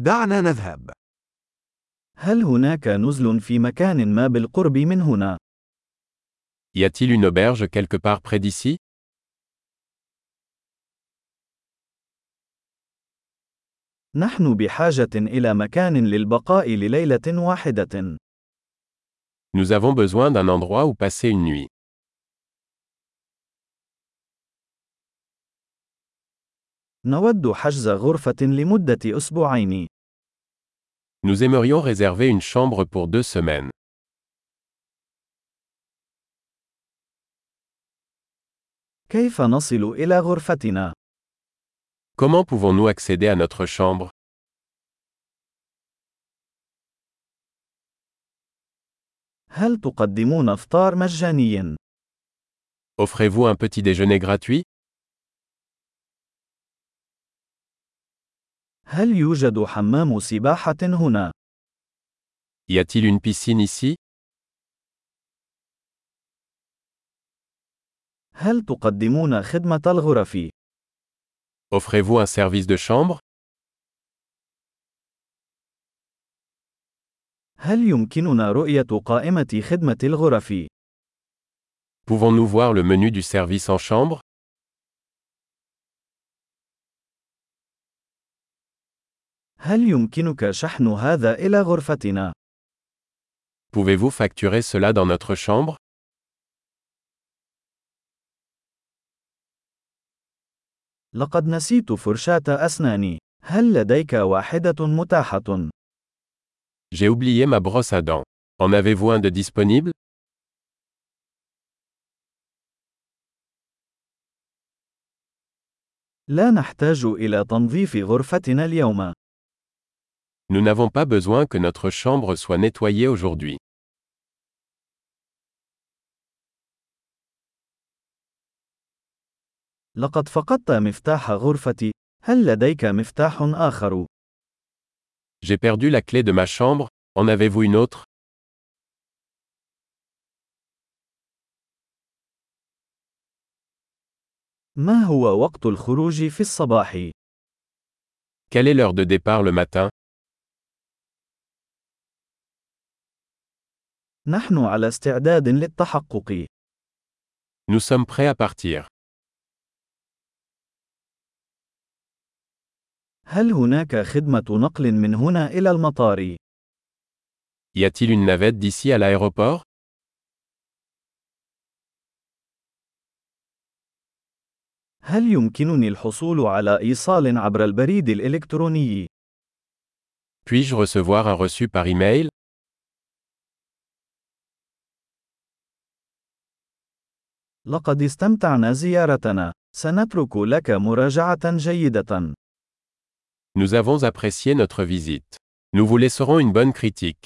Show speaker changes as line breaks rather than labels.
دعنا نذهب.
هل هناك نزل في مكان ما بالقرب من هنا؟
Y a-t-il une auberge quelque part près d'ici
نحن بحاجة إلى مكان للبقاء لليلة واحدة.
Nous avons besoin d'un endroit où passer une nuit.
نود حجز غرفة لمدة أسبوعين.
Nous aimerions réserver une chambre pour deux semaines.
كيف نصل إلى غرفتنا؟
Comment pouvons-nous accéder à notre chambre
هل تقدمون إفطار مجاني؟
Offrez-vous un petit déjeuner gratuit
هل يوجد حمام سباحة هنا؟
Y a-t-il une piscine ici
هل تقدمون خدمة الغرف؟
Offrez-vous un service de chambre
هل يمكننا رؤية قائمة خدمة الغرف؟
Pouvons-nous voir le menu du service en chambre
هل يمكنك شحن هذا إلى غرفتنا؟
Pouvez-vous facturer cela dans notre chambre
لقد نسيت فرشاة أسناني. هل لديك واحدة متاحة؟
J'ai oublié ma brosse à dents. En avez-vous un de disponible
لا نحتاج إلى تنظيف غرفتنا اليوم.
Nous n'avons pas besoin que notre chambre soit nettoyée aujourd'hui.
لقد فقدت مفتاح غرفتي. هل لديك مفتاح آخر؟
J'ai perdu la clé de ma chambre, en avez-vous une autre
ما هو وقت الخروج في الصباح؟
Quelle est l'heure de départ le matin
نحن على استعداد للتحقق.
Nous sommes prêts à partir.
هل هناك خدمة نقل من هنا إلى المطار؟
Y a-t-il une navette d'ici à l'aéroport
هل يمكنني الحصول على إيصال عبر البريد الإلكتروني؟
Puis-je recevoir un reçu par email
لقد استمتعنا زيارتنا. سنترك لك مراجعة جيدة.
Nous avons apprécié notre visite. Nous vous laisserons une bonne critique.